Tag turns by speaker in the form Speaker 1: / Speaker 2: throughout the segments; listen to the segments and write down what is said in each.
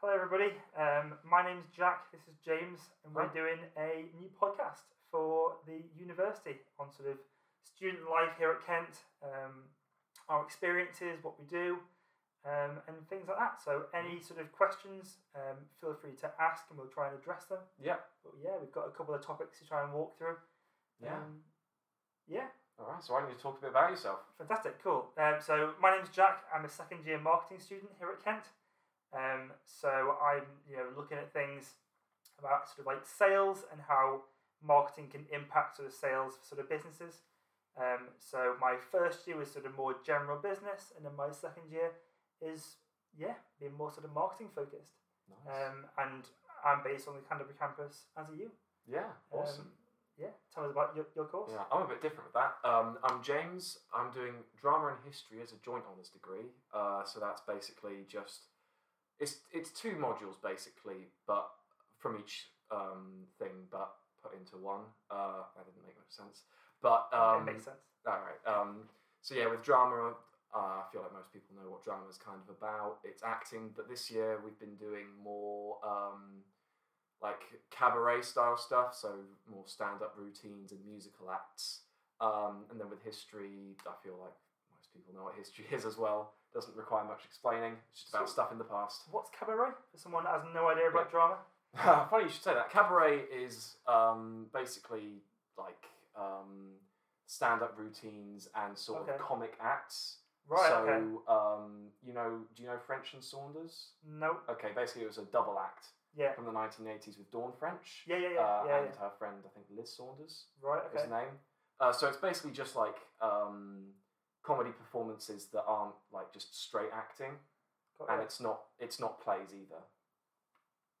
Speaker 1: Hello, everybody. Um, my name's Jack. This is James, and we're
Speaker 2: Hi.
Speaker 1: doing a new podcast for the university on sort of student life here at Kent, um, our experiences, what we do, um, and things like that. So, any sort of questions, um, feel free to ask, and we'll try and address them.
Speaker 2: Yeah.
Speaker 1: But yeah, we've got a couple of topics to try and walk through.
Speaker 2: Yeah.
Speaker 1: Um, yeah.
Speaker 2: All right. So why don't you talk a bit about yourself?
Speaker 1: Fantastic, cool. Um, so my name's Jack. I'm a second year marketing student here at Kent. Um, so I'm you know looking at things about sort of like sales and how marketing can impact sort of sales for sort of businesses. Um, so my first year was sort of more general business, and then my second year is yeah being more sort of marketing focused. Um, and I'm based on the Canterbury campus as are you.
Speaker 2: yeah.
Speaker 1: Um,
Speaker 2: Awesome.
Speaker 1: yeah, tell us about your, your course.
Speaker 2: Yeah, I'm a bit different with that. Um, I'm James. I'm doing drama and history as a joint honours degree. Uh, so that's basically just it's it's two modules basically, but from each um, thing, but put into one. Uh, that didn't make much sense. But um,
Speaker 1: it makes sense.
Speaker 2: All right. Um, so yeah, with drama, uh, I feel like most people know what drama is kind of about. It's acting, but this year we've been doing more um, like cabaret style stuff, so more stand up routines and musical acts. Um, and then with history, I feel like most people know what history is as well. Doesn't require much explaining. It's just about
Speaker 1: So-
Speaker 2: stuff in the past.
Speaker 1: What's cabaret for someone that has no idea about
Speaker 2: Yeah.
Speaker 1: drama?
Speaker 2: Funny you should say that. Cabaret is um, basically like um, stand-up routines and sort
Speaker 1: Okay.
Speaker 2: of comic acts.
Speaker 1: Right.
Speaker 2: so,
Speaker 1: okay.
Speaker 2: um, you know, do you know French and Saunders?
Speaker 1: No.
Speaker 2: Okay, basically it was a double act
Speaker 1: Yeah.
Speaker 2: from the 1980s with Dawn French
Speaker 1: Yeah. Yeah. Yeah.
Speaker 2: uh,
Speaker 1: yeah,
Speaker 2: and
Speaker 1: yeah.
Speaker 2: her friend, I think Liz Saunders
Speaker 1: Right.
Speaker 2: is
Speaker 1: Okay.
Speaker 2: the name. Uh, so it's basically just like um, comedy performances that aren't like just straight acting,
Speaker 1: Got
Speaker 2: and
Speaker 1: it.
Speaker 2: it's not it's not plays either.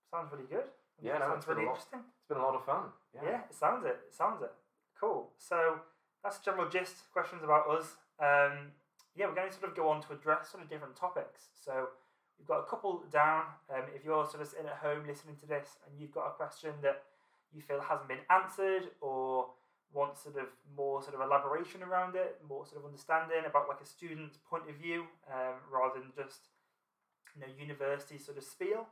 Speaker 1: Sounds really good.
Speaker 2: Yeah, no,
Speaker 1: sounds
Speaker 2: it's been
Speaker 1: really
Speaker 2: a lot.
Speaker 1: interesting.
Speaker 2: It's been a lot of fun.
Speaker 1: Yeah. it sounds it. It sounds it. Cool. So that's the general gist. Questions about us. Um, yeah, we're going to sort of go on to address sort of different topics. So we've got a couple down. Um, if you're sort of sitting at home listening to this and you've got a question that you feel hasn't been answered or want sort of more sort of elaboration around it, more sort of understanding about like a student's point of view um, rather than just you know university sort of spiel,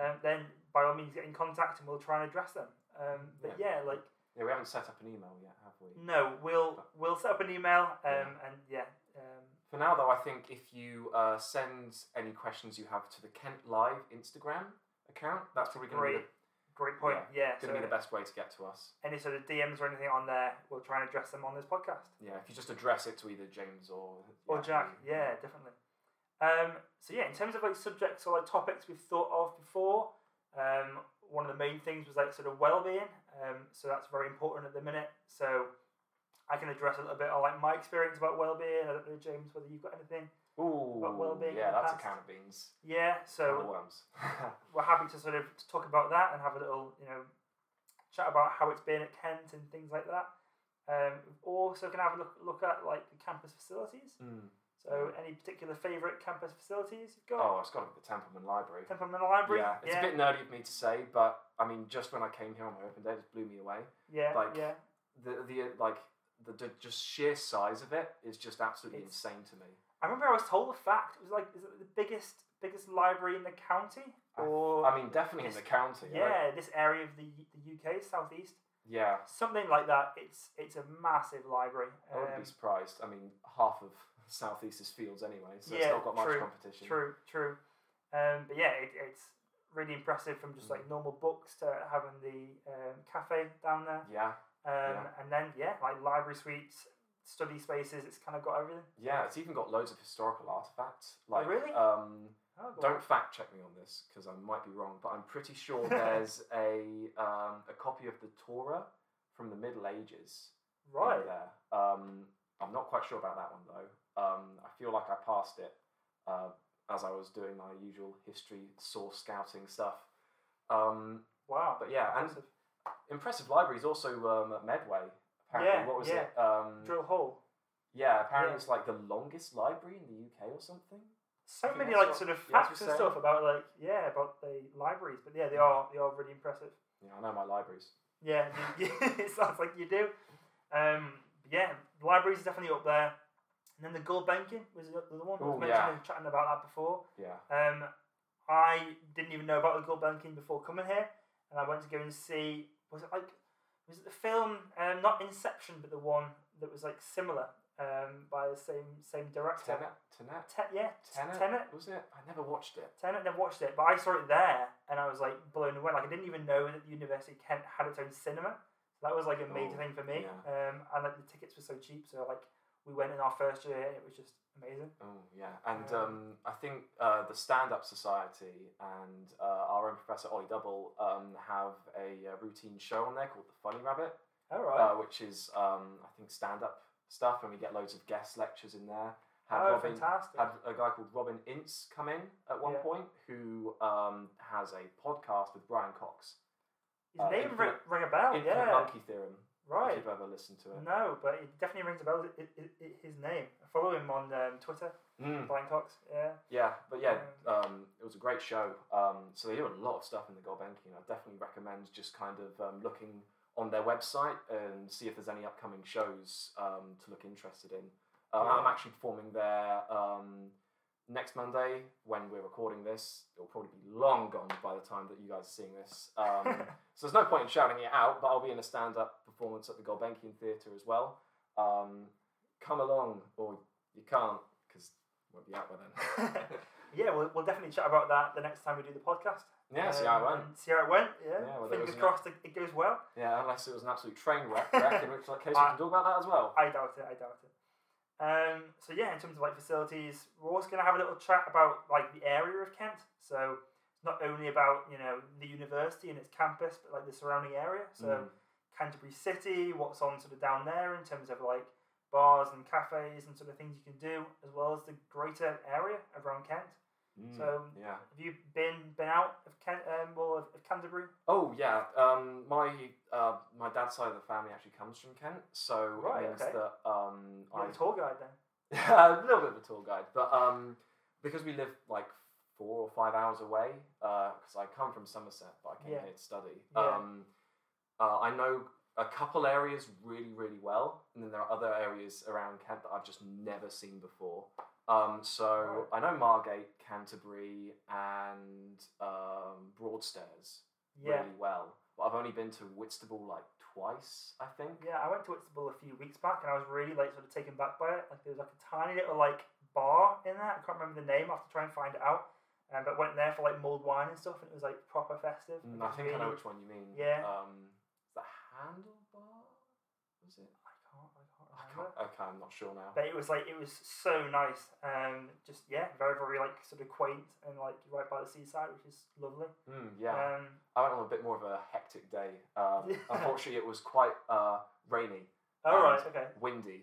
Speaker 1: um, then by all means get in contact and we'll try and address them. Um, but yeah, like
Speaker 2: Yeah, we haven't set up an email yet, have we?
Speaker 1: no, we'll we'll set up an email um, and yeah. Um,
Speaker 2: For now, though, I think if you uh, send any questions you have to the Kent Live Instagram account, that's probably going to be
Speaker 1: Great, great point. Yeah,
Speaker 2: the,
Speaker 1: so
Speaker 2: gonna be the best way to get to us.
Speaker 1: any sort of DMs or anything on there, we'll try and address them on this podcast.
Speaker 2: Yeah, if you just address it to either James or
Speaker 1: Or Jack, yeah, definitely. Um, so yeah, in terms of like subjects or like topics we've thought of before, um, one of the main things was like sort of well-being. Um, so that's very important at the minute. So I can address a little bit on like my experience about well-being. I don't know, James, whether you've got anything.
Speaker 2: Ooh,
Speaker 1: But well-being in
Speaker 2: yeah,
Speaker 1: the
Speaker 2: that's
Speaker 1: past.
Speaker 2: a can of beans.
Speaker 1: Yeah. So
Speaker 2: Can of worms.
Speaker 1: we're happy to sort of talk about that and have a little, you know, chat about how it's been at Kent and things like that. Um, also, can have a look, look at like the campus facilities.
Speaker 2: Mm.
Speaker 1: So, any particular favourite campus facilities you've got?
Speaker 2: Oh, it's got to be the Templeman Library.
Speaker 1: Templeman Library.
Speaker 2: Yeah, it's
Speaker 1: yeah,
Speaker 2: a bit nerdy of me to say, but I mean, just when I came here on my open day, it just blew me away.
Speaker 1: yeah,
Speaker 2: like,
Speaker 1: yeah.
Speaker 2: The the uh, like the, the just sheer size of it is just absolutely
Speaker 1: It's-
Speaker 2: insane to me.
Speaker 1: I remember I was told a fact. It was like, is it the biggest biggest library in the county? Or
Speaker 2: I mean, definitely in the
Speaker 1: it's-
Speaker 2: county. I-
Speaker 1: yeah, this area of the the UK southeast,
Speaker 2: yeah.
Speaker 1: something like that. It's it's a massive library.
Speaker 2: I wouldn't
Speaker 1: Um,
Speaker 2: be surprised. I mean, half of Southeast is fields anyway, so it's
Speaker 1: Yeah,
Speaker 2: not got much
Speaker 1: true,
Speaker 2: competition.
Speaker 1: True, true. Um, but yeah, it, it's really impressive from
Speaker 2: Mm.
Speaker 1: just like normal books to having the um, cafe down there.
Speaker 2: Yeah,
Speaker 1: Um, And then, yeah, like library suites, study spaces, it's kind of got everything.
Speaker 2: yeah. It's even got loads of historical artifacts. Like,
Speaker 1: really?
Speaker 2: Um,
Speaker 1: Oh, go on.
Speaker 2: don't fact check me on this because I might be wrong, but I'm pretty sure there's a um, a copy of the Torah from the Middle Ages in
Speaker 1: Right.
Speaker 2: there. Um, I'm not quite sure about that one though. Um, I feel like I passed it uh, as I was doing my usual history source scouting stuff. Um,
Speaker 1: Wow.
Speaker 2: but yeah, and
Speaker 1: Impressive.
Speaker 2: impressive libraries also um, at Medway. Apparently,
Speaker 1: Yeah,
Speaker 2: what was
Speaker 1: yeah.
Speaker 2: it? Um,
Speaker 1: drill hole.
Speaker 2: yeah, apparently
Speaker 1: Yeah.
Speaker 2: it's like the longest library in the UK or something.
Speaker 1: So
Speaker 2: think
Speaker 1: many
Speaker 2: that's
Speaker 1: like
Speaker 2: what-
Speaker 1: sort of
Speaker 2: yeah, that's
Speaker 1: facts
Speaker 2: what
Speaker 1: and
Speaker 2: I'm
Speaker 1: stuff about like yeah about the libraries, but yeah, they
Speaker 2: Mm.
Speaker 1: are they are really impressive.
Speaker 2: Yeah, I know my libraries.
Speaker 1: Yeah, you- it sounds like you do. Um, but yeah, libraries is definitely up there. And then the gold banking was the the one we
Speaker 2: Ooh,
Speaker 1: was
Speaker 2: yeah.
Speaker 1: mentioning, chatting about that before.
Speaker 2: Yeah,
Speaker 1: Um, I didn't even know about the Gold Banking before coming here, and I went to go and see. Was it like was it the film? Um, not Inception, but the one that was like similar. Um, by the same same director.
Speaker 2: Tenet, Tenet,
Speaker 1: Te- yeah,
Speaker 2: Tenet,
Speaker 1: Tenet.
Speaker 2: was it? I never watched it.
Speaker 1: Tenet never watched it, but I saw it there and I was like blown away. Like I didn't even know that the University of Kent had its own cinema. So that was like a major
Speaker 2: Oh,
Speaker 1: thing for me.
Speaker 2: yeah.
Speaker 1: Um, and like the tickets were so cheap, so like we went in our first year and it was just amazing.
Speaker 2: Oh yeah, and
Speaker 1: Um,
Speaker 2: um, I think uh, the Stand Up Society and uh, our own Professor Ollie Double um, have a uh, routine show on there called the Funny Rabbit,
Speaker 1: All
Speaker 2: uh,
Speaker 1: right.
Speaker 2: which is um, I think stand up stuff, and we get loads of guest lectures in there. Had
Speaker 1: oh,
Speaker 2: Robin,
Speaker 1: fantastic.
Speaker 2: had a guy called Robin Ince come in at one
Speaker 1: Yeah.
Speaker 2: point, who um, has a podcast with Brian Cox,
Speaker 1: His
Speaker 2: uh,
Speaker 1: name ring,
Speaker 2: Infinite-
Speaker 1: ring a bell,
Speaker 2: Infinite
Speaker 1: Oh, yeah.
Speaker 2: Monkey Theorem. If
Speaker 1: Right.
Speaker 2: you've ever listened to it,
Speaker 1: No, but it definitely rings a bell. It, it, it- his name. I follow him on um, Twitter,
Speaker 2: Mm,
Speaker 1: Blind Cox. Yeah.
Speaker 2: yeah, but yeah, um, it was a great show. Um, so they do a lot of stuff in the Golbenkian. I definitely recommend just kind of um, looking on their website and see if there's any upcoming shows um, to look interested in. Um, I'm
Speaker 1: Yeah.
Speaker 2: actually performing there um, next Monday when we're recording this. It'll probably be long gone by the time that you guys are seeing this. Um, so there's no point in shouting it out, but I'll be in a stand-up performance at the Golbenkian Theatre as well. Um, come along, or you can't, because won't be out by then.
Speaker 1: yeah, we'll, we'll definitely chat about that the next time we do the podcast.
Speaker 2: yeah, see how it
Speaker 1: Um,
Speaker 2: went.
Speaker 1: and See how it went. Yeah.
Speaker 2: Yeah, well, there
Speaker 1: Fingers
Speaker 2: was an-
Speaker 1: crossed it, it goes well.
Speaker 2: Yeah, unless it was an absolute train wreck, wreck in which case we
Speaker 1: I-
Speaker 2: can talk about that as well.
Speaker 1: I doubt it. I doubt it. Um, so yeah, in terms of like facilities, we're also gonna have a little chat about like the area of Kent. So it's not only about you know the university and its campus, but like the surrounding area. So
Speaker 2: Mm.
Speaker 1: Canterbury City, what's on sort of down there in terms of like bars and cafes and sort of things you can do, as well as the greater area around Kent.
Speaker 2: Mm.
Speaker 1: So um,
Speaker 2: yeah.
Speaker 1: have you been been out of Kent? Um, well, of, of Canterbury.
Speaker 2: Oh yeah, um, my uh, my dad's side of the family actually comes from Kent, so
Speaker 1: Right,
Speaker 2: it means
Speaker 1: okay.
Speaker 2: that um,
Speaker 1: You're
Speaker 2: I-
Speaker 1: the tour guide then.
Speaker 2: a little bit of a tour guide, but um, because we live like four or five hours away, because I come from Somerset, but I came
Speaker 1: Yeah.
Speaker 2: here to study.
Speaker 1: Yeah.
Speaker 2: Um, uh, I know a couple areas really, really well, and then there are other areas around Kent that I've just never seen before. Um, so I know Margate, Canterbury, and um, Broadstairs
Speaker 1: Yeah,
Speaker 2: really well, but I've only been to Whitstable like twice, I think.
Speaker 1: yeah. I went to Whitstable a few weeks back, and I was really like sort of taken back by it. Like there was like a tiny little like bar in there. I can't remember the name. I will have to try and find it out. Um, but went there for like mulled wine and stuff, and it was like proper festive.
Speaker 2: Mm,
Speaker 1: It
Speaker 2: I
Speaker 1: was
Speaker 2: think I know
Speaker 1: really-
Speaker 2: which one you mean.
Speaker 1: Yeah.
Speaker 2: Um, the handlebar was it?
Speaker 1: I can't. I can't
Speaker 2: I
Speaker 1: remember.
Speaker 2: can't. Okay, I'm not sure now.
Speaker 1: But it was like it was so nice. Um, just yeah, very very like sort of quaint and like right by the seaside, which is lovely.
Speaker 2: Mm, yeah,
Speaker 1: Um,
Speaker 2: I went on a bit more of a hectic day. Um,
Speaker 1: Yeah.
Speaker 2: Unfortunately, it was quite uh, rainy,
Speaker 1: all right.
Speaker 2: And
Speaker 1: Okay.
Speaker 2: windy,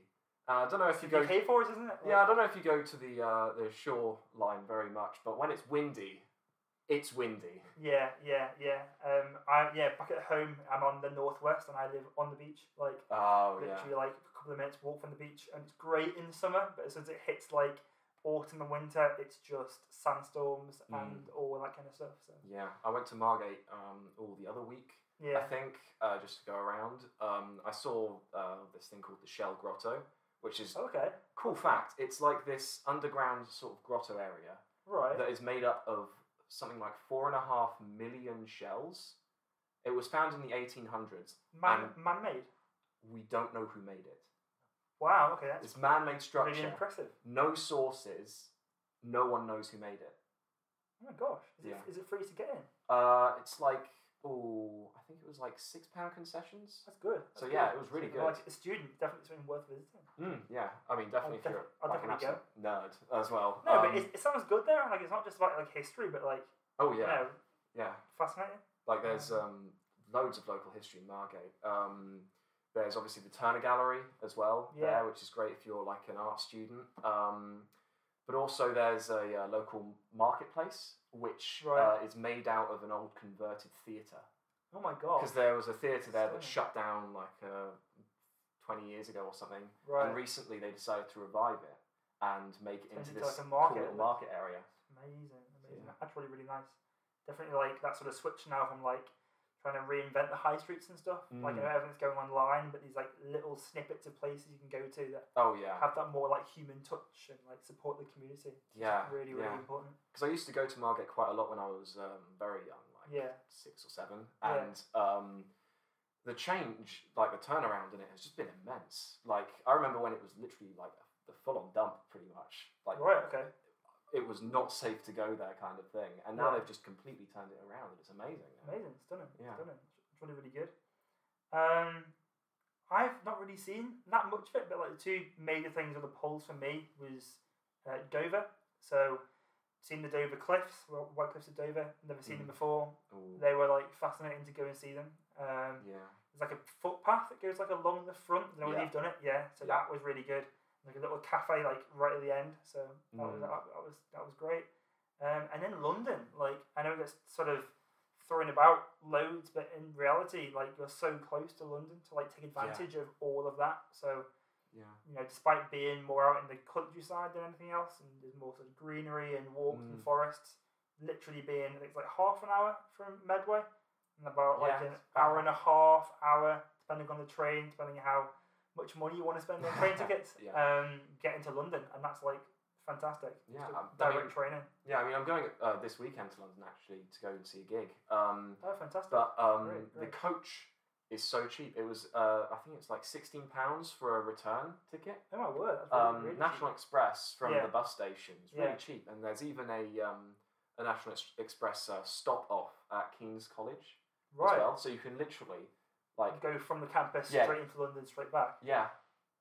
Speaker 2: and I don't know if you
Speaker 1: Did
Speaker 2: go.
Speaker 1: you pay for it, isn't it?
Speaker 2: Yeah, I don't know if you go to the uh, the shore line very much, but when it's windy, it's windy.
Speaker 1: Yeah, yeah, yeah. Um, I yeah. Back at home, I'm on the northwest, and I live on the beach. Like
Speaker 2: Oh yeah.
Speaker 1: literally, like a couple of minutes walk from the beach, and it's great in the summer. But as soon as it hits like autumn and winter, it's just sandstorms
Speaker 2: Hmm.
Speaker 1: and all that kind of stuff. So
Speaker 2: Yeah, I went to Margate um, all the other week, I
Speaker 1: yeah,
Speaker 2: think, uh, just to go around. Um, I saw uh, this thing called the Shell Grotto, which is
Speaker 1: okay,
Speaker 2: cool fact. It's like this underground sort of grotto area
Speaker 1: right.
Speaker 2: that is made up of something like four and a half million shells. It was found in the 1800s.
Speaker 1: Man,
Speaker 2: and-
Speaker 1: man-made.
Speaker 2: We don't know who made it.
Speaker 1: Wow. Okay, that's
Speaker 2: It's man-made
Speaker 1: really
Speaker 2: structure.
Speaker 1: impressive.
Speaker 2: No sources. No one knows who made it.
Speaker 1: Oh my gosh, is,
Speaker 2: Yeah.
Speaker 1: it, is it free to get in?
Speaker 2: Uh, it's like oh, I think it was like six pound concessions.
Speaker 1: That's good.
Speaker 2: So
Speaker 1: that's
Speaker 2: yeah,
Speaker 1: good.
Speaker 2: it was really
Speaker 1: So,
Speaker 2: good.
Speaker 1: Like a student, definitely something worth visiting.
Speaker 2: Mm, yeah, I mean definitely if
Speaker 1: def-
Speaker 2: you're
Speaker 1: Hmm. I'll
Speaker 2: like an
Speaker 1: definitely
Speaker 2: absolute nerd as well.
Speaker 1: No,
Speaker 2: Um,
Speaker 1: but it, it sounds good there. Like it's not just about like history, but like
Speaker 2: oh
Speaker 1: you
Speaker 2: yeah,
Speaker 1: know,
Speaker 2: yeah.
Speaker 1: fascinating.
Speaker 2: Like there's um, loads of local history in Margate. Um, there's obviously the Turner Gallery as well
Speaker 1: Yeah.
Speaker 2: there, which is great if you're like an art student. Um, but also there's a uh, local marketplace which
Speaker 1: Right.
Speaker 2: uh, is made out of an old converted theatre
Speaker 1: Oh my god.
Speaker 2: because there was a theatre there that
Speaker 1: Stunning.
Speaker 2: shut down like uh, 20 years ago or something,
Speaker 1: Right.
Speaker 2: and recently they decided to revive it and make it
Speaker 1: Turn
Speaker 2: into
Speaker 1: it into,
Speaker 2: this
Speaker 1: like, a market,
Speaker 2: cool little
Speaker 1: isn't it?
Speaker 2: market area.
Speaker 1: amazing, amazing.
Speaker 2: Yeah.
Speaker 1: That's really really nice. Definitely like that sort of switch now from like trying to reinvent the high streets and stuff. Like
Speaker 2: Mm.
Speaker 1: you know, everything's going online, but these like little snippets of places you can go to that
Speaker 2: Oh yeah,
Speaker 1: have that more like human touch and like support the community. It's
Speaker 2: Yeah,
Speaker 1: really really
Speaker 2: yeah.
Speaker 1: important.
Speaker 2: because I used to go to Margate quite a lot when I was um, very young, like
Speaker 1: Yeah.
Speaker 2: six or seven,
Speaker 1: Yeah.
Speaker 2: and um, the change, like the turnaround in it, has just been immense. Like I remember when it was literally like the full-on dump, pretty much. Like
Speaker 1: Right. Okay.
Speaker 2: it was not safe to go there, kind of thing. And now
Speaker 1: Yeah.
Speaker 2: they've just completely turned it around, and it's amazing. now.
Speaker 1: Amazing. Stunning.
Speaker 2: Yeah.
Speaker 1: Stunning. It's really really good. Um, I've not really seen that much of it, but like the two major things on the polls for me was uh, Dover. So. Seen the Dover Cliffs, well, White Cliffs of Dover. Never seen them
Speaker 2: Mhm.
Speaker 1: before.
Speaker 2: Ooh,
Speaker 1: They were like fascinating to go and see them. Um,
Speaker 2: yeah.
Speaker 1: There's like a footpath that goes like along the front. You know where
Speaker 2: Yeah.
Speaker 1: you've done it, yeah. So
Speaker 2: Yeah.
Speaker 1: that was really good. Like a little cafe, like right at the end. So that, was,
Speaker 2: Mm.
Speaker 1: that, that was that was great. Um, and then London, like I know that's sort of thrown about loads, but in reality, like you're so close to London to like take advantage of all of that. So
Speaker 2: Yeah.
Speaker 1: you know, despite being more out in the countryside than anything else, and there's more sort of greenery and walks and
Speaker 2: Mm.
Speaker 1: forests, literally being I think it's like half an hour from Medway, and about like
Speaker 2: Yeah,
Speaker 1: an
Speaker 2: it's about
Speaker 1: hour and a half, hour, depending on the train, depending on how much money you want to spend on train tickets,
Speaker 2: Yeah.
Speaker 1: um, get into London, and that's like fantastic.
Speaker 2: Yeah,
Speaker 1: Just a
Speaker 2: um, I
Speaker 1: direct
Speaker 2: mean-
Speaker 1: training.
Speaker 2: Yeah, I mean, I'm going uh, this weekend to London actually to go and see a gig. Um,
Speaker 1: Oh, fantastic!
Speaker 2: but um,
Speaker 1: Great, great.
Speaker 2: the coach is so cheap. It was, uh, I think it's like sixteen pounds for a return ticket.
Speaker 1: oh my word, that's really,
Speaker 2: Um,
Speaker 1: really
Speaker 2: National Express from
Speaker 1: Yeah.
Speaker 2: the bus station is really
Speaker 1: Yeah.
Speaker 2: cheap, and there's even a um, a National Ex- Express uh, stop off at King's College
Speaker 1: cheap. right.
Speaker 2: as well, so you can literally, like,
Speaker 1: go from the campus
Speaker 2: Yeah.
Speaker 1: straight into London, straight back.
Speaker 2: yeah,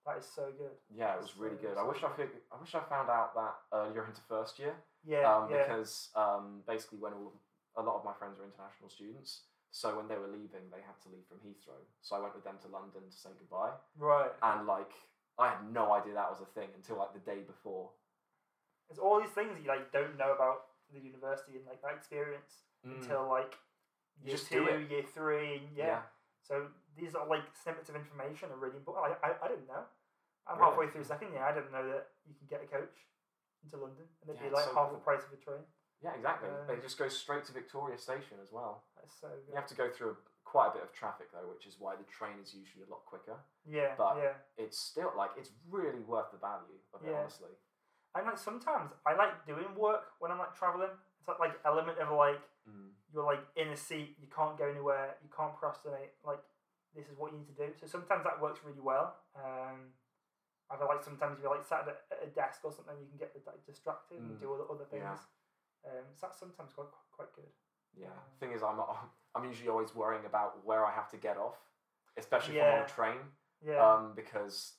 Speaker 1: That is so good.
Speaker 2: yeah, it
Speaker 1: That's
Speaker 2: was really
Speaker 1: so-
Speaker 2: good. I wish I fig- I wish I found out that earlier into first year.
Speaker 1: Yeah,
Speaker 2: um,
Speaker 1: yeah.
Speaker 2: because um, basically when all, a lot of my friends are international students so when they were leaving they had to leave from heathrow so i went with them to london to say goodbye
Speaker 1: right.
Speaker 2: and like i had no idea that was a thing until like the day before
Speaker 1: It's all these things that you like don't know about the university and like that experience until like year
Speaker 2: You Hmm. just do
Speaker 1: two,
Speaker 2: it.
Speaker 1: year three, and Mm. yeah. So these are like snippets of information are really important. I, I, I didn't know. I'm
Speaker 2: Really?
Speaker 1: halfway through second year. I didn't know that you can get a coach into London and it'd be
Speaker 2: Yeah, it's
Speaker 1: like
Speaker 2: so
Speaker 1: half the
Speaker 2: cool.
Speaker 1: price of a train.
Speaker 2: yeah exactly
Speaker 1: Yeah.
Speaker 2: it just goes straight to victoria station as well
Speaker 1: That's so
Speaker 2: you
Speaker 1: good.
Speaker 2: have to go through quite a bit of traffic though which is why the train is usually a lot quicker
Speaker 1: Yeah,
Speaker 2: But-
Speaker 1: yeah.
Speaker 2: it's still like it's really worth the value of it
Speaker 1: Yeah.
Speaker 2: honestly
Speaker 1: And like sometimes I like doing work when I'm like traveling. It's like like element of like
Speaker 2: Mm.
Speaker 1: you're like in a seat, you can't go anywhere, you can't procrastinate. Like this is what you need to do. So sometimes that works really well. Um, I feel like sometimes if you're like sat at a- at a desk or something, you can get like distracted and
Speaker 2: Mm.
Speaker 1: do other other things.
Speaker 2: Yeah.
Speaker 1: Um, so that's sometimes quite quite good.
Speaker 2: Yeah.
Speaker 1: Yeah.
Speaker 2: Thing is, I'm I'm usually always worrying about where I have to get off, especially if I'm on
Speaker 1: Yeah.
Speaker 2: a train,
Speaker 1: Yeah,
Speaker 2: um, because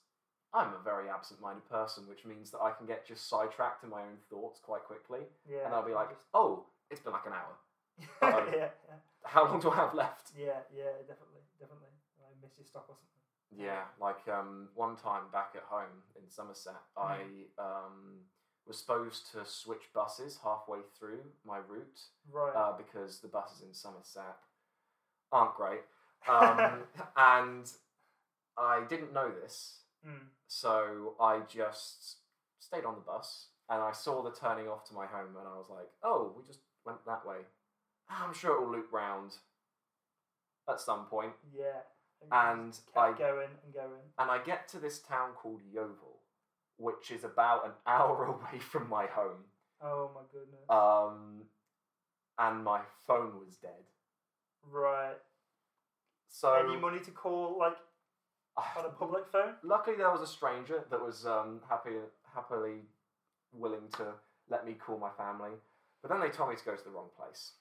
Speaker 2: I'm a very absent-minded person, which means that I can get just sidetracked in my own thoughts quite quickly,
Speaker 1: yeah.
Speaker 2: and I'll be like,
Speaker 1: just-
Speaker 2: "Oh, it's been like an hour. uh-oh.
Speaker 1: yeah, yeah,
Speaker 2: How long do I have left?"
Speaker 1: yeah, yeah, definitely, definitely. I missed your stop or something.
Speaker 2: Yeah, like um, one time back at home in Somerset,
Speaker 1: Hmm.
Speaker 2: I um, was supposed to switch buses halfway through my route
Speaker 1: Right.
Speaker 2: uh, because the buses in Somerset aren't great. um, and I didn't know this,
Speaker 1: Mm.
Speaker 2: so I just stayed on the bus and I saw the turning off to my home, and I was like, "Oh, we just went that way. I'm sure it will loop round at some point."
Speaker 1: Yeah. you
Speaker 2: And
Speaker 1: just kept
Speaker 2: I
Speaker 1: going and going.
Speaker 2: and I get to this town called Yeovil, which is about an hour away from my home,
Speaker 1: Oh my goodness.
Speaker 2: um, and my phone was dead.
Speaker 1: right.
Speaker 2: So
Speaker 1: Any money to call like on a public phone?
Speaker 2: Luckily, there was a stranger that was um, happy, happily willing to let me call my family. But then they told me to go to the wrong place,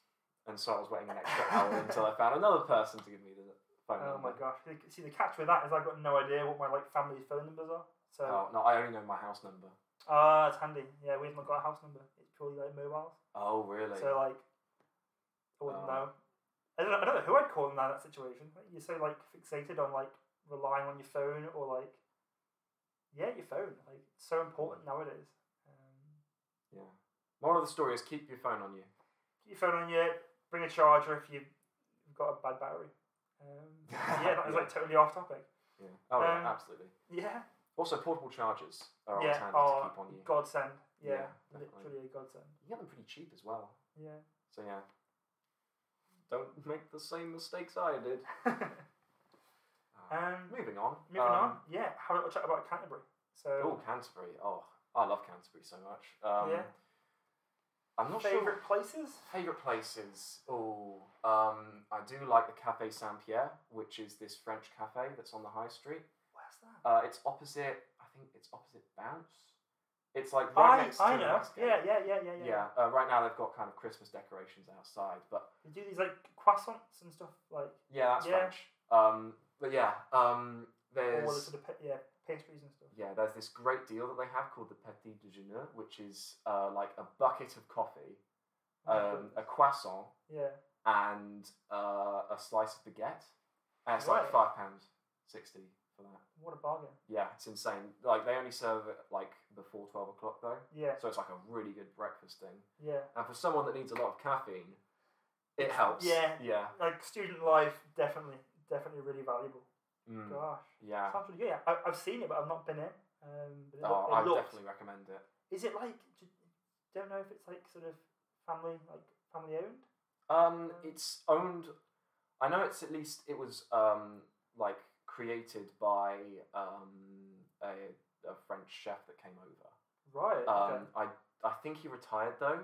Speaker 2: and so I was waiting an extra hour until I found another person to give me the phone
Speaker 1: Oh
Speaker 2: number.
Speaker 1: my gosh! The- See, the catch with that is I've got no idea what my like family's phone numbers are. So
Speaker 2: Oh, no, I only know my house number.
Speaker 1: ah, it's handy. Yeah, we've not got a house number. It's purely like mobiles.
Speaker 2: Oh really?
Speaker 1: So like, I wouldn't
Speaker 2: Oh.
Speaker 1: know. I don't, know- I don't know who I'd call in that situation. You're so like fixated on like relying on your phone or like, yeah, your phone. Like it's so important nowadays. Um,
Speaker 2: yeah. Moral of the story is keep your phone on you.
Speaker 1: keep your phone on you. Bring a charger if you've got a bad battery. Um, yeah, that was like totally off topic.
Speaker 2: Yeah. Oh yeah,
Speaker 1: Um,
Speaker 2: absolutely.
Speaker 1: Yeah.
Speaker 2: Also, portable chargers are always
Speaker 1: yeah,
Speaker 2: handy
Speaker 1: oh,
Speaker 2: to keep on you.
Speaker 1: godsend. Yeah,
Speaker 2: Yeah, definitely.
Speaker 1: literally a godsend.
Speaker 2: You get them pretty cheap as well.
Speaker 1: Yeah.
Speaker 2: So yeah. don't make the same mistakes I did. Uh,
Speaker 1: um,
Speaker 2: moving on.
Speaker 1: moving on. Yeah, have a little chat about Canterbury. So,
Speaker 2: Oh, Canterbury. Oh, I love Canterbury so much. Um,
Speaker 1: Yeah.
Speaker 2: I'm not sure.
Speaker 1: favorite places.
Speaker 2: Favorite places. Oh, um, I do like the Café Saint Pierre, which is this French cafe that's on the high street.
Speaker 1: Where's that?
Speaker 2: Uh, it's opposite. I think it's opposite Bounce. It's like right
Speaker 1: I,
Speaker 2: next
Speaker 1: I
Speaker 2: to
Speaker 1: know.
Speaker 2: Westgate.
Speaker 1: Yeah, yeah, yeah, yeah, yeah.
Speaker 2: Yeah. Uh, right now they've got kind of Christmas decorations outside, but
Speaker 1: They do these like croissants and stuff like
Speaker 2: yeah, that's
Speaker 1: Yeah.
Speaker 2: French. Um, but yeah, um,
Speaker 1: all
Speaker 2: there's
Speaker 1: the sort of pa- yeah pastries and stuff.
Speaker 2: yeah, there's this great deal that they have called the Petit Déjeuner, which is uh, like a bucket of coffee, um, a croissant,
Speaker 1: yeah.
Speaker 2: and uh, a slice of baguette. And it's
Speaker 1: Right.
Speaker 2: like five pounds sixty for that.
Speaker 1: What a bargain.
Speaker 2: Yeah, it's insane. Like they only serve it like before twelve o'clock though,
Speaker 1: Yeah,
Speaker 2: so it's like a really good breakfast thing.
Speaker 1: yeah.
Speaker 2: And for someone that needs a lot of caffeine, it
Speaker 1: It's-
Speaker 2: helps.
Speaker 1: yeah.
Speaker 2: Yeah.
Speaker 1: Like student life, definitely, definitely really valuable.
Speaker 2: Mm.
Speaker 1: Gosh,
Speaker 2: Yeah.
Speaker 1: sounds really good. Yeah, I, I've seen it, but I've not been in. Um, but it look-
Speaker 2: Oh,
Speaker 1: it
Speaker 2: I would
Speaker 1: looks-
Speaker 2: definitely recommend it.
Speaker 1: Is it like? d- Don't know if it's like sort of family, like family owned.
Speaker 2: Um, it's owned. I know it's at least it was um like created by um a, a French chef that came over.
Speaker 1: Right. okay.
Speaker 2: Um, I I think he retired though,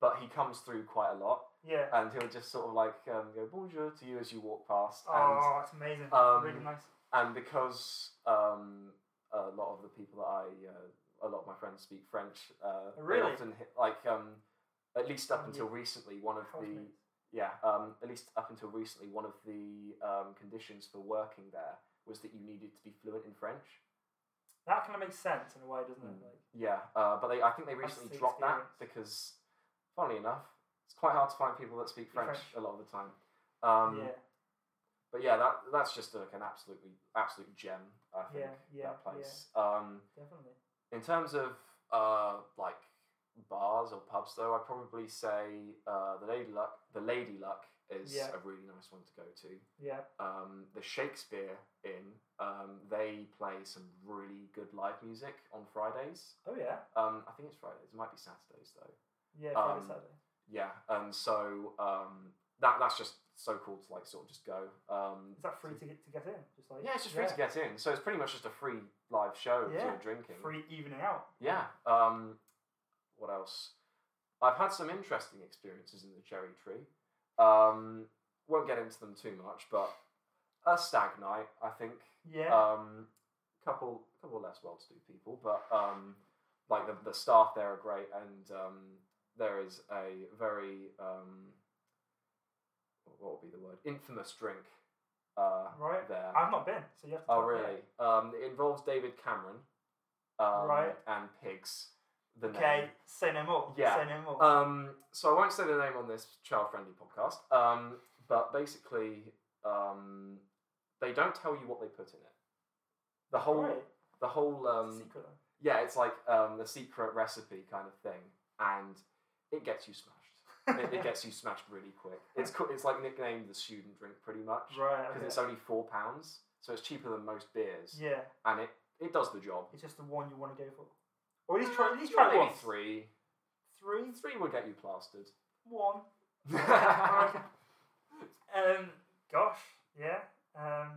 Speaker 2: but he comes through quite a lot,
Speaker 1: Yeah.
Speaker 2: and he'll just sort of like um, go bonjour to you as you walk past,
Speaker 1: oh, it's amazing.
Speaker 2: um,
Speaker 1: really nice.
Speaker 2: and and because um a lot of the people that I uh, a lot of my friends speak French, uh, they
Speaker 1: Really?
Speaker 2: often hit, like um at least up
Speaker 1: Oh,
Speaker 2: until recently one of the
Speaker 1: Housemates.
Speaker 2: yeah, um, at least up until recently, one of the um, conditions for working there was that you needed to be fluent in French.
Speaker 1: That kind of makes sense in a way, doesn't it?
Speaker 2: Mm.
Speaker 1: Like,
Speaker 2: Yeah, uh, but they, I think they
Speaker 1: That's
Speaker 2: recently
Speaker 1: the
Speaker 2: dropped that
Speaker 1: experience.
Speaker 2: because, funnily enough, it's quite hard to find people that speak
Speaker 1: Speak
Speaker 2: French,
Speaker 1: French.
Speaker 2: a lot of the time. Um,
Speaker 1: yeah,
Speaker 2: But yeah, that that's just like an absolutely absolute gem. I think
Speaker 1: Yeah, yeah,
Speaker 2: that place. Um,
Speaker 1: definitely.
Speaker 2: in terms of uh, like bars or pubs, though, I'd probably say uh, the Lady Luck. The Lady Luck is
Speaker 1: Yeah.
Speaker 2: a really nice one to go to.
Speaker 1: Yeah.
Speaker 2: um, the Shakespeare Inn, um, they play some really good live music on Fridays.
Speaker 1: Oh yeah.
Speaker 2: Um, I think it's Fridays. It might be Saturdays though.
Speaker 1: Yeah. Friday,
Speaker 2: Um,
Speaker 1: Saturday.
Speaker 2: Yeah, and so um, that that's just so cool to like sort of just go. Um,
Speaker 1: Is that free to get to get in? Just like
Speaker 2: yeah, it's just free to get in. So it's pretty much just a free live show if
Speaker 1: Yeah,
Speaker 2: you're drinking.
Speaker 1: Free evening out.
Speaker 2: Yeah. Um, what else? I've had some interesting experiences in the cherry tree. Um, won't get into them too much, but a stag night, I think,
Speaker 1: Yeah.
Speaker 2: um, couple couple less well-to-do people, but um, like the, the staff there are great, and um, there is a very um, what would be the word infamous drink uh,
Speaker 1: Right.
Speaker 2: there.
Speaker 1: I've not been, so you have to.
Speaker 2: oh
Speaker 1: tell me.
Speaker 2: really? Um, it involves David Cameron, um,
Speaker 1: Right.
Speaker 2: and pigs. The
Speaker 1: Okay.
Speaker 2: name.
Speaker 1: Say no more.
Speaker 2: Yeah.
Speaker 1: Say no more.
Speaker 2: Um, so I won't say the name on this child-friendly podcast. Um, but basically, um, they don't tell you what they put in it. The whole
Speaker 1: Right.
Speaker 2: the whole
Speaker 1: it's a
Speaker 2: um,
Speaker 1: secret.
Speaker 2: yeah, it's like um, the secret recipe kind of thing, and it gets you
Speaker 1: then.
Speaker 2: smashed. It, it gets you smashed really quick. It's co- it's like nicknamed the student drink pretty much because
Speaker 1: right. okay.
Speaker 2: it's only four pounds, so it's cheaper than most beers,
Speaker 1: yeah.
Speaker 2: and it, it does the job.
Speaker 1: It's just the one you want to go for. Or at least try. At least try
Speaker 2: Uh, Maybe
Speaker 1: once.
Speaker 2: three.
Speaker 1: Three.
Speaker 2: Three will get you plastered.
Speaker 1: One. Alright. Um. Gosh. Yeah. Um.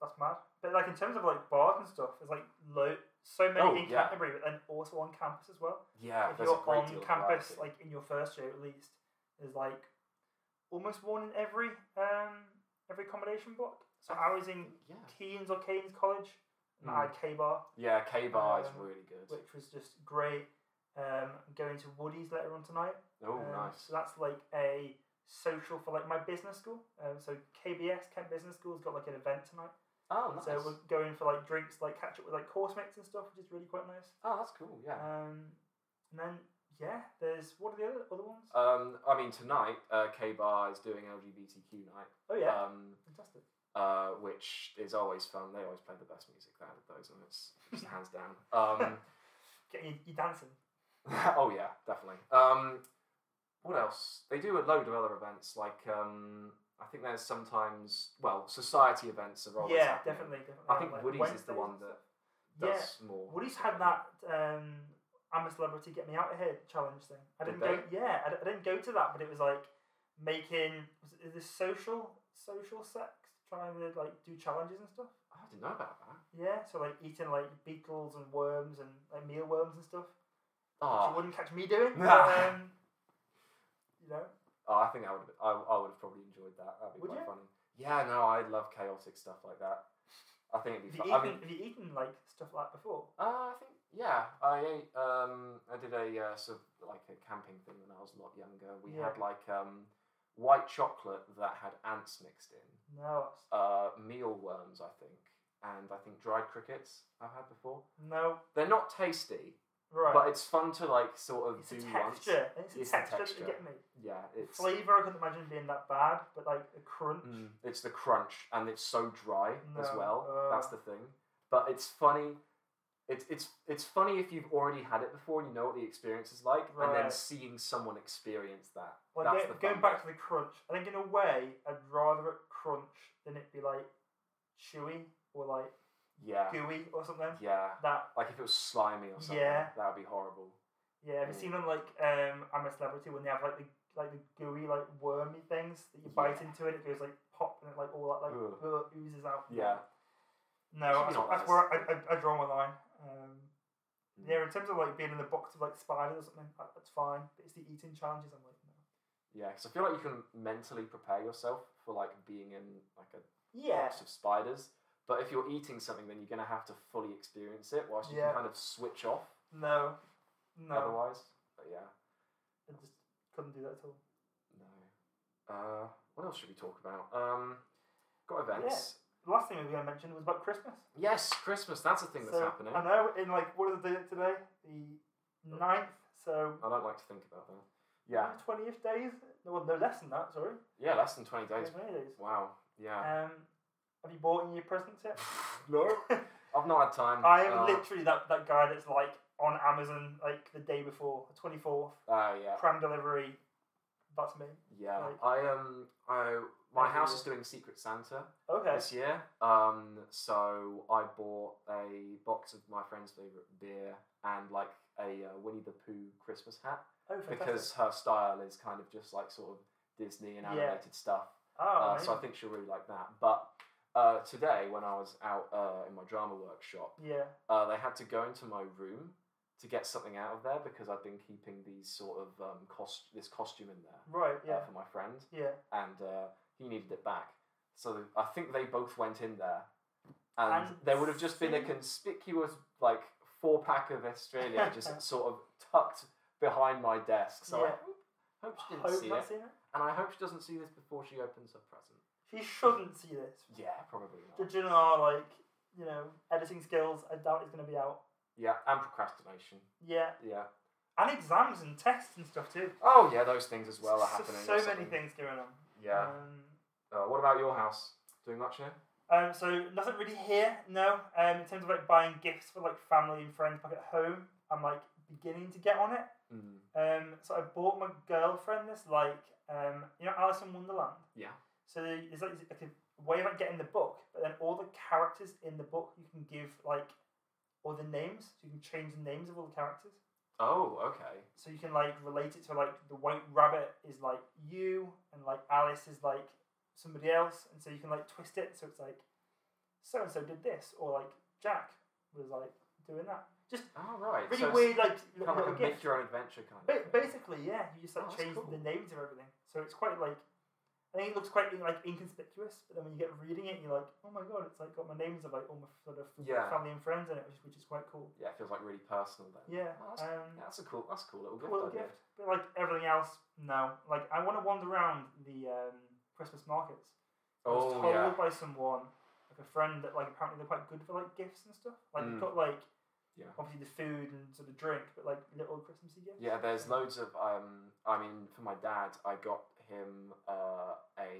Speaker 1: That's mad. But like in terms of like bars and stuff, there's like lo- so many
Speaker 2: Oh,
Speaker 1: in
Speaker 2: yeah.
Speaker 1: Canterbury, but then also on campus as well.
Speaker 2: yeah,
Speaker 1: if
Speaker 2: there's a
Speaker 1: you're
Speaker 2: great
Speaker 1: on
Speaker 2: deal of
Speaker 1: campus,
Speaker 2: variety.
Speaker 1: like in your first year at least, there's like almost one in every um every accommodation block. So I was in
Speaker 2: yeah,
Speaker 1: Keynes or Keynes College, and I had
Speaker 2: Hmm.
Speaker 1: K bar,
Speaker 2: yeah, K bar is
Speaker 1: Um,
Speaker 2: really good.
Speaker 1: which was just great. Um, I'm going to Woody's later on tonight.
Speaker 2: Oh,
Speaker 1: Um,
Speaker 2: nice.
Speaker 1: So that's like a social for like my business school. Um, so KBS Kent Business School's got like an event tonight.
Speaker 2: Oh, nice.
Speaker 1: So we're going for like drinks, like catch up with like course mates and stuff, which is really quite nice.
Speaker 2: oh, that's cool. Yeah.
Speaker 1: Um, and then yeah, there's what are the other other ones?
Speaker 2: Um, I mean, tonight uh, K Bar is doing LGBTQ night,
Speaker 1: oh yeah,
Speaker 2: um,
Speaker 1: fantastic.
Speaker 2: uh, which is always fun. They always play the best music there at those nights, just hands down. Um,
Speaker 1: Get you, you dancing.
Speaker 2: oh yeah, definitely. Um, what else? They do a load of other events, like um, I think there's sometimes well society events are always
Speaker 1: yeah,
Speaker 2: happening.
Speaker 1: definitely, definitely.
Speaker 2: I
Speaker 1: on,
Speaker 2: think
Speaker 1: like,
Speaker 2: Woody's is the
Speaker 1: Wednesdays
Speaker 2: one
Speaker 1: and
Speaker 2: that
Speaker 1: stuff. Yeah,
Speaker 2: does more.
Speaker 1: Woody's had that um, I'm a celebrity, get me out of here challenge thing. I
Speaker 2: Did
Speaker 1: didn't
Speaker 2: they?
Speaker 1: go. Yeah, I, d- I didn't go to that, but it was like making was it- is this social social sex trying to like do challenges and stuff.
Speaker 2: I didn't know about that.
Speaker 1: Yeah, so like eating like beetles and worms and like mealworms and stuff. Which you
Speaker 2: Oh,
Speaker 1: wouldn't catch me doing. but,
Speaker 2: Nah.
Speaker 1: um, you know,
Speaker 2: oh I think I would. I, I would have probably enjoyed that. That'd be
Speaker 1: Would
Speaker 2: quite
Speaker 1: you?
Speaker 2: funny. Yeah, no, I love chaotic stuff like that. I think
Speaker 1: have
Speaker 2: it'd be
Speaker 1: you
Speaker 2: fun.
Speaker 1: eaten
Speaker 2: I mean,
Speaker 1: have you eaten like stuff like that before?
Speaker 2: Uh, I think yeah. I ate. Um, I did a uh, sort of like a camping thing when I was a lot younger. We
Speaker 1: Yeah.
Speaker 2: had like um, white chocolate that had ants mixed in,
Speaker 1: No,
Speaker 2: uh, mealworms, I think, and I think dried crickets. I've had before.
Speaker 1: no,
Speaker 2: They're not tasty,
Speaker 1: right.
Speaker 2: but it's fun to like sort of
Speaker 1: it's
Speaker 2: do
Speaker 1: a
Speaker 2: once.
Speaker 1: texture. It's a
Speaker 2: It's the
Speaker 1: texture,
Speaker 2: texture.
Speaker 1: that get me.
Speaker 2: Yeah, it's
Speaker 1: Flavor, I couldn't imagine being that bad, but like a crunch.
Speaker 2: mm, it's the crunch, and it's so dry as
Speaker 1: No,
Speaker 2: well.
Speaker 1: uh.
Speaker 2: That's the thing. But it's funny. It's it's it's funny if you've already had it before and you know what the experience is like, and then
Speaker 1: Right.
Speaker 2: seeing someone experience that.
Speaker 1: Like
Speaker 2: that's
Speaker 1: go-
Speaker 2: the
Speaker 1: going
Speaker 2: fun
Speaker 1: back
Speaker 2: bit.
Speaker 1: to the crunch, I think in a way I'd rather it crunch than it be like chewy or like
Speaker 2: Yeah,
Speaker 1: gooey or something.
Speaker 2: yeah.
Speaker 1: That
Speaker 2: Like if it was slimy or something,
Speaker 1: Yeah.
Speaker 2: that would be horrible.
Speaker 1: yeah, have you
Speaker 2: Mm.
Speaker 1: seen on like um I'm a celebrity when they have like the like the gooey like wormy things that you bite
Speaker 2: Yeah.
Speaker 1: into and it goes like pop and it like all that like
Speaker 2: Ugh.
Speaker 1: oo- oozes out.
Speaker 2: Yeah.
Speaker 1: No,
Speaker 2: Should be
Speaker 1: that's,
Speaker 2: not
Speaker 1: that's
Speaker 2: nice.
Speaker 1: where I, I, I draw my line. Um,
Speaker 2: Mm.
Speaker 1: Yeah, in terms of like being in the box of like spiders or something, that, that's fine. But it's the eating challenges. I'm like, no.
Speaker 2: Yeah, because I feel like you can mentally prepare yourself for like being in like a
Speaker 1: Yeah,
Speaker 2: box of spiders. But if you're eating something, then you're gonna have to fully experience it, whilst you
Speaker 1: Yeah.
Speaker 2: can kind of switch off
Speaker 1: no, no.
Speaker 2: otherwise. But yeah.
Speaker 1: I just couldn't do that at all.
Speaker 2: No. Uh, what else should we talk about? Um, got events.
Speaker 1: The last thing we were going to mention was about Christmas.
Speaker 2: Yes, Christmas. That's a thing that's
Speaker 1: So,
Speaker 2: happening.
Speaker 1: I know. In like what is the date today? The 9th, So
Speaker 2: I don't like to think about that. Yeah.
Speaker 1: twentieth days. No, well, no less than that. Sorry,
Speaker 2: Yeah, less than 20 days.
Speaker 1: twenty days.
Speaker 2: Wow. Yeah.
Speaker 1: Um, have you bought any your presents yet?
Speaker 2: no. I've not had time.
Speaker 1: Uh, I am
Speaker 2: Uh,
Speaker 1: literally that, that guy that's like on Amazon like the day before, the twenty fourth,
Speaker 2: Ah, yeah.
Speaker 1: prime delivery. That's me.
Speaker 2: Yeah.
Speaker 1: like-
Speaker 2: I um I my
Speaker 1: Every
Speaker 2: house
Speaker 1: year.
Speaker 2: is doing Secret Santa
Speaker 1: Okay.
Speaker 2: this year. Um so I bought a box of my friend's favorite beer and like a uh, Winnie the Pooh Christmas hat
Speaker 1: Oh, fantastic.
Speaker 2: because her style is kind of just like sort of Disney and
Speaker 1: Yeah.
Speaker 2: animated stuff.
Speaker 1: oh,
Speaker 2: Uh, so I
Speaker 1: amazing.
Speaker 2: think she'll really like that. But uh, today, when I was out uh, in my drama workshop,
Speaker 1: yeah.
Speaker 2: uh, they had to go into my room to get something out of there because I've been keeping these sort of um, cost this costume in there
Speaker 1: Right.
Speaker 2: uh,
Speaker 1: Yeah.
Speaker 2: for my friend,
Speaker 1: Yeah.
Speaker 2: and uh, he needed it back. So I think they both went in there, and,
Speaker 1: And
Speaker 2: there would have just been a
Speaker 1: see-
Speaker 2: conspicuous like four pack of Australia just sort of tucked behind my desk. So I
Speaker 1: Yeah.
Speaker 2: hope, hope she didn't
Speaker 1: Hope
Speaker 2: see
Speaker 1: not
Speaker 2: it,
Speaker 1: seen it.
Speaker 2: and I hope she doesn't see this before she opens her present.
Speaker 1: She shouldn't see this.
Speaker 2: Yeah, probably not.
Speaker 1: Judging our like, you know, editing skills, I doubt it's gonna be out.
Speaker 2: Yeah, and procrastination.
Speaker 1: Yeah.
Speaker 2: Yeah.
Speaker 1: And exams and tests and stuff too.
Speaker 2: Oh yeah, those things as well are
Speaker 1: So-
Speaker 2: happening.
Speaker 1: So,
Speaker 2: or
Speaker 1: many
Speaker 2: something.
Speaker 1: things going on.
Speaker 2: Yeah.
Speaker 1: Um,
Speaker 2: Uh, what about your house? Doing much here?
Speaker 1: um, so nothing really here, no. Um, in terms of like buying gifts for like family and friends back at home, I'm like beginning to get on it.
Speaker 2: Mm.
Speaker 1: Um, so I bought my girlfriend this like um, you know Alice in Wonderland.
Speaker 2: Yeah.
Speaker 1: So there's like, like a way of like getting the book, but then all the characters in the book you can give like all the names. So you can change the names of all the characters.
Speaker 2: Oh, okay.
Speaker 1: So you can like relate it to like the White Rabbit is like you, and like Alice is like somebody else, and so you can like twist it. So it's like so and so did this, or like Jack was like doing that. Just
Speaker 2: All right.
Speaker 1: really
Speaker 2: so
Speaker 1: weird, like
Speaker 2: It's
Speaker 1: little
Speaker 2: kind
Speaker 1: little
Speaker 2: of like a make
Speaker 1: gift.
Speaker 2: your own adventure kind
Speaker 1: Ba-
Speaker 2: of. thing.
Speaker 1: basically, yeah, you just like
Speaker 2: Oh, that's
Speaker 1: change
Speaker 2: cool.
Speaker 1: the names of everything. So it's quite like I think it looks quite like inconspicuous, but then when you get reading it, you're like, oh my god, it's like got my names of like all my sort of
Speaker 2: Yeah.
Speaker 1: family and friends in it, which, which is quite cool.
Speaker 2: Yeah, it feels like really personal then.
Speaker 1: Yeah,
Speaker 2: Oh, that's,
Speaker 1: um,
Speaker 2: yeah, that's a cool. That's a cool little gift.
Speaker 1: cool little
Speaker 2: idea.
Speaker 1: gift. But like everything else, no. Like I want to wander around the um, Christmas markets. I was
Speaker 2: Oh
Speaker 1: told
Speaker 2: yeah.
Speaker 1: by someone, like a friend, that like apparently they're quite good for like gifts and stuff. Like
Speaker 2: Mm.
Speaker 1: they've got like
Speaker 2: Yeah.
Speaker 1: obviously the food and sort of drink, but like little Christmassy gifts.
Speaker 2: Yeah, there's loads of. Um, I mean, for my dad, I got him uh, a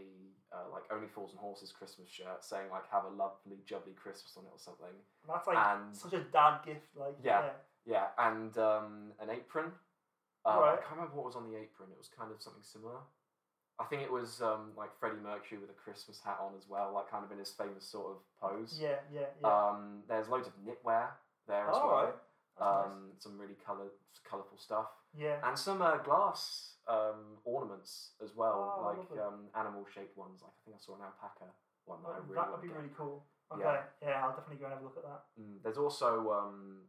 Speaker 2: uh, like only fools and horses Christmas shirt saying like have a lovely jubbly Christmas on it or something,
Speaker 1: And that's like
Speaker 2: and
Speaker 1: such a dad gift. Like
Speaker 2: Yeah. Yeah, and um, an apron. Uh,
Speaker 1: Right.
Speaker 2: I can't remember what was on the apron. It was kind of something similar. I think it was um, like Freddie Mercury with a Christmas hat on as well, like kind of in his famous sort of pose. Uh,
Speaker 1: yeah, yeah, yeah. yeah.
Speaker 2: Um, there's loads of knitwear there as
Speaker 1: All
Speaker 2: well.
Speaker 1: right. That's nice.
Speaker 2: um, some really color, colorful stuff,
Speaker 1: Yeah.
Speaker 2: and some uh, glass um, ornaments as well,
Speaker 1: Oh, lovely.
Speaker 2: like um, animal shaped ones. Like I think I saw an alpaca one that I really
Speaker 1: that
Speaker 2: wanna
Speaker 1: would be
Speaker 2: get.
Speaker 1: really cool. Okay. Yeah.
Speaker 2: Yeah.
Speaker 1: I'll definitely go and have a look at that.
Speaker 2: Mm, there's also, um,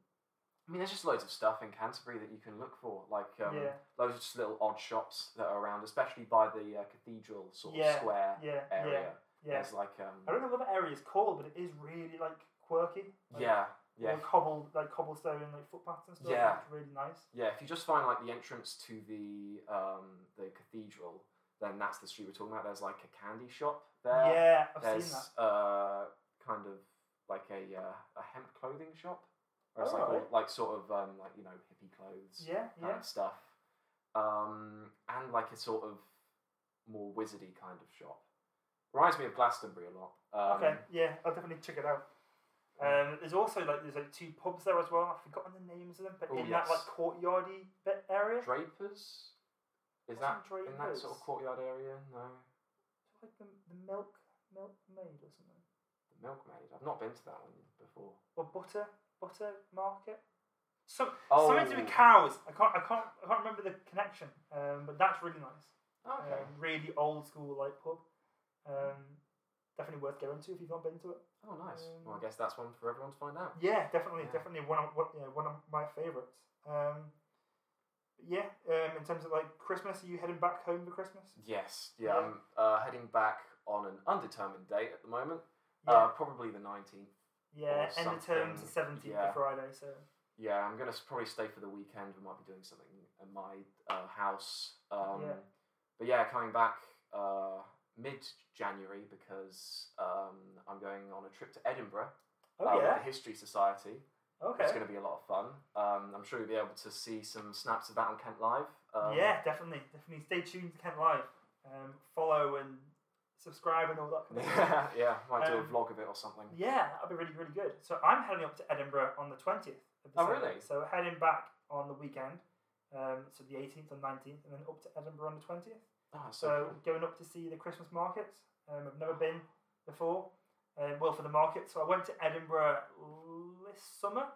Speaker 2: I mean, there's just loads of stuff in Canterbury that you can look for, like um,
Speaker 1: yeah.
Speaker 2: loads of just little odd shops that are around, especially by the uh, cathedral sort of
Speaker 1: Yeah,
Speaker 2: square
Speaker 1: Yeah.
Speaker 2: area.
Speaker 1: Yeah. Yeah.
Speaker 2: There's like
Speaker 1: I
Speaker 2: um,
Speaker 1: don't know what the area is called, but it is really like quirky. Like,
Speaker 2: yeah,
Speaker 1: all
Speaker 2: yeah,
Speaker 1: the cobbled like cobblestone like footpaths and stuff.
Speaker 2: Yeah.
Speaker 1: It's really nice.
Speaker 2: yeah. If you just find like the entrance to the um, the cathedral, then that's the street we're talking about. There's like a candy shop there.
Speaker 1: yeah, I've
Speaker 2: there's
Speaker 1: seen that.
Speaker 2: uh kind of like a uh, a hemp clothing shop, or it's like all-
Speaker 1: Alright.
Speaker 2: like sort of um, like you know hippie clothes.
Speaker 1: Yeah,
Speaker 2: kind
Speaker 1: yeah.
Speaker 2: of stuff, um, and like a sort of more wizardy kind of shop. Reminds me of Glastonbury a lot. Um,
Speaker 1: okay, yeah, I'll definitely check it out. Um, there's also like there's like two pubs there as well. I've forgotten the names of them, but
Speaker 2: Oh,
Speaker 1: in that
Speaker 2: yes.
Speaker 1: like courtyardy bit area.
Speaker 2: Drapers. Is
Speaker 1: What's
Speaker 2: that
Speaker 1: in
Speaker 2: in that sort
Speaker 1: Drapers?
Speaker 2: of courtyard area? No,
Speaker 1: like the, the milk milk maid or something.
Speaker 2: the Milkmaid. I've not been to that one before.
Speaker 1: Or butter butter market. Some
Speaker 2: Oh,
Speaker 1: something to do with cows. I can't I can't I can't remember the connection. Um, but that's really nice.
Speaker 2: Oh, okay.
Speaker 1: Um, really old school like pub. Um, definitely worth going to if you've not been to it.
Speaker 2: Oh, nice. well,
Speaker 1: um,
Speaker 2: I guess that's one for everyone to find out.
Speaker 1: Yeah, definitely,
Speaker 2: Yeah.
Speaker 1: definitely one of one, yeah, one of my favorites. Um, yeah, um, in terms of like Christmas, are you heading back home for Christmas?
Speaker 2: Yes. Yeah.
Speaker 1: Yeah.
Speaker 2: I'm uh, heading back on an undetermined date at the moment. Uh,
Speaker 1: Yeah,
Speaker 2: probably the nineteenth.
Speaker 1: yeah.
Speaker 2: or
Speaker 1: End of term to
Speaker 2: something,
Speaker 1: seventeenth
Speaker 2: yeah.
Speaker 1: of Friday, so
Speaker 2: Yeah, I'm gonna s- probably stay for the weekend. We might be doing something at my uh, house. Um,
Speaker 1: Yeah.
Speaker 2: But yeah, coming back uh, mid January because um, I'm going on a trip to Edinburgh
Speaker 1: oh
Speaker 2: uh, with
Speaker 1: yeah,
Speaker 2: the History Society.
Speaker 1: okay,
Speaker 2: It's going to be a lot of fun. Um, I'm sure you'll be able to see some snaps of that on Kent Live. Um,
Speaker 1: yeah, definitely, definitely. Stay tuned to Kent Live, um, follow and subscribe and all that. Kind of stuff.
Speaker 2: yeah, might do a
Speaker 1: Um,
Speaker 2: vlog of it or something.
Speaker 1: Yeah, that'll be really, really good. So I'm heading up to Edinburgh on the 20th. Of
Speaker 2: Oh,
Speaker 1: December.
Speaker 2: really?
Speaker 1: So heading back on the weekend, um, so the 18th and 19th, and then up to Edinburgh on the 20th.
Speaker 2: Oh, that's
Speaker 1: So
Speaker 2: so cool.
Speaker 1: going up to see the Christmas markets. Um, I've never been before. Um, well, for the market, so I went to Edinburgh this summer,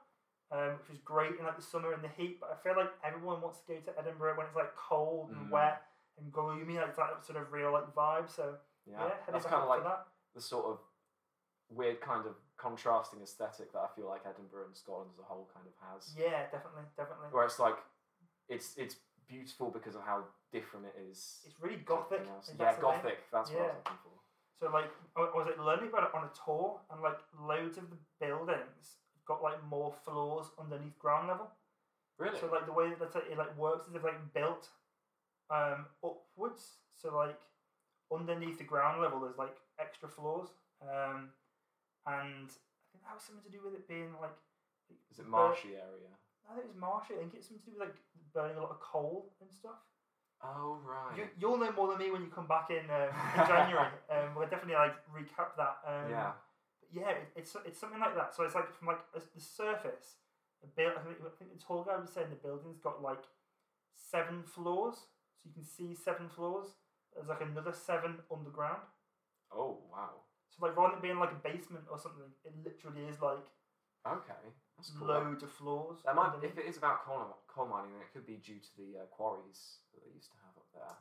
Speaker 1: um, which was great in like the summer and the heat. But I feel like everyone wants to go to Edinburgh when it's like cold and
Speaker 2: Mm.
Speaker 1: wet and gloomy. Like it's that sort of real like vibe. So yeah,
Speaker 2: Yeah,
Speaker 1: heading
Speaker 2: that's
Speaker 1: back up
Speaker 2: kind of
Speaker 1: for
Speaker 2: like
Speaker 1: that.
Speaker 2: the sort of weird kind of contrasting aesthetic that I feel like Edinburgh and Scotland as a whole kind of has.
Speaker 1: Yeah, definitely, definitely.
Speaker 2: Where it's like, it's it's beautiful because of how different it is.
Speaker 1: It's really
Speaker 2: to
Speaker 1: gothic.
Speaker 2: everything else.
Speaker 1: if
Speaker 2: Yeah,
Speaker 1: that's the thing.
Speaker 2: gothic. That's what I was
Speaker 1: Yeah.
Speaker 2: looking for.
Speaker 1: So like, I I was like learning about it on a tour, and like loads of the buildings got like more floors underneath ground level.
Speaker 2: Really?
Speaker 1: So like the way that it like works is if like built um, upwards. So like underneath the ground level, there's like extra floors, um, and I think that was something to do with it being like
Speaker 2: is
Speaker 1: uh,
Speaker 2: it marshy area?
Speaker 1: I think it was marshy. I think it's something to do with like burning a lot of coal and stuff.
Speaker 2: Oh right.
Speaker 1: You, you'll know more than me when you come back in, um, in January. Um, we'll definitely like recap that. Um,
Speaker 2: yeah.
Speaker 1: yeah, it, it's it's something like that. So it's like from like a, the surface, the build. I think, I think the tall guy was saying the building's got like seven floors, so you can see seven floors. There's like another seven underground.
Speaker 2: Oh wow.
Speaker 1: So like rather than being like a basement or something, it literally is like
Speaker 2: Okay. That's cool.
Speaker 1: loads of floors.
Speaker 2: that might,
Speaker 1: underneath.
Speaker 2: if it is about coal, coal mining, then it could be due to the uh, quarries that they used to have up there.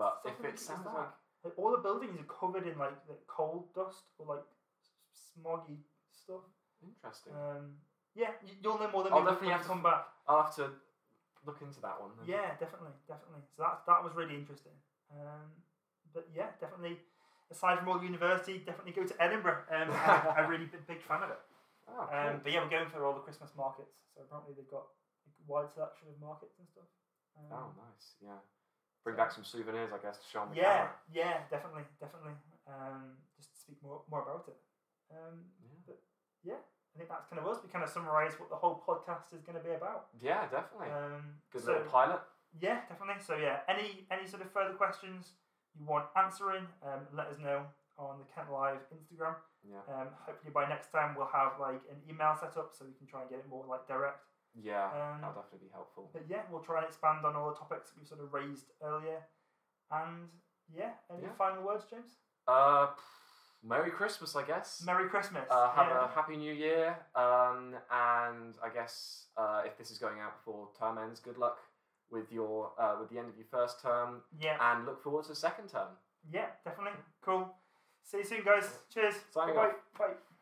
Speaker 2: But
Speaker 1: Something to do
Speaker 2: if it sounds
Speaker 1: with that.
Speaker 2: like
Speaker 1: Like, all the buildings are covered in like the coal dust or like s- smoggy stuff.
Speaker 2: interesting,
Speaker 1: Um, yeah, you, you'll know more than me
Speaker 2: I'll
Speaker 1: when
Speaker 2: definitely
Speaker 1: you
Speaker 2: have to
Speaker 1: come back.
Speaker 2: I'll have to look into that one. Then.
Speaker 1: Yeah, definitely, definitely. So that that was really interesting. Um, but yeah, definitely. Aside from all university, definitely go to Edinburgh. Um, I'm a- a really big, big fan of it.
Speaker 2: Oh, cool.
Speaker 1: Um, but yeah, we're going for all the Christmas markets. So apparently they've got a wide selection of markets and stuff. Um,
Speaker 2: oh, nice. Yeah. Bring back some souvenirs, I guess, to show Oh, on the
Speaker 1: yeah,
Speaker 2: camera.
Speaker 1: yeah, definitely, definitely. Um, just to speak more more about it. Um,
Speaker 2: Yeah.
Speaker 1: I think that's kind of us. We kind of summarise what the whole podcast is going to be about.
Speaker 2: Yeah, definitely.
Speaker 1: Um,
Speaker 2: Good
Speaker 1: so-
Speaker 2: little pilot.
Speaker 1: Yeah, definitely. So yeah, any any sort of further questions you want answering, um, let us know on the Kent Live Instagram.
Speaker 2: Yeah.
Speaker 1: Um, hopefully by next time we'll have like an email set up so we can try and get it more like direct.
Speaker 2: Yeah, that'll
Speaker 1: Um,
Speaker 2: definitely be helpful.
Speaker 1: but yeah, we'll try and expand on all the topics that we've sort of raised earlier. And yeah, any
Speaker 2: Yeah.
Speaker 1: final words, James?
Speaker 2: Uh, Merry Christmas, I guess.
Speaker 1: Merry Christmas.
Speaker 2: Uh, have
Speaker 1: yeah.
Speaker 2: a happy new year, um, and I guess uh, if this is going out before term ends, good luck with your uh, with the end of your first term,
Speaker 1: yeah.
Speaker 2: and look forward to the second term.
Speaker 1: Yeah, definitely. Cool. See you soon, guys. Cheers.
Speaker 2: Signing
Speaker 1: Bye-bye.
Speaker 2: off.
Speaker 1: Bye.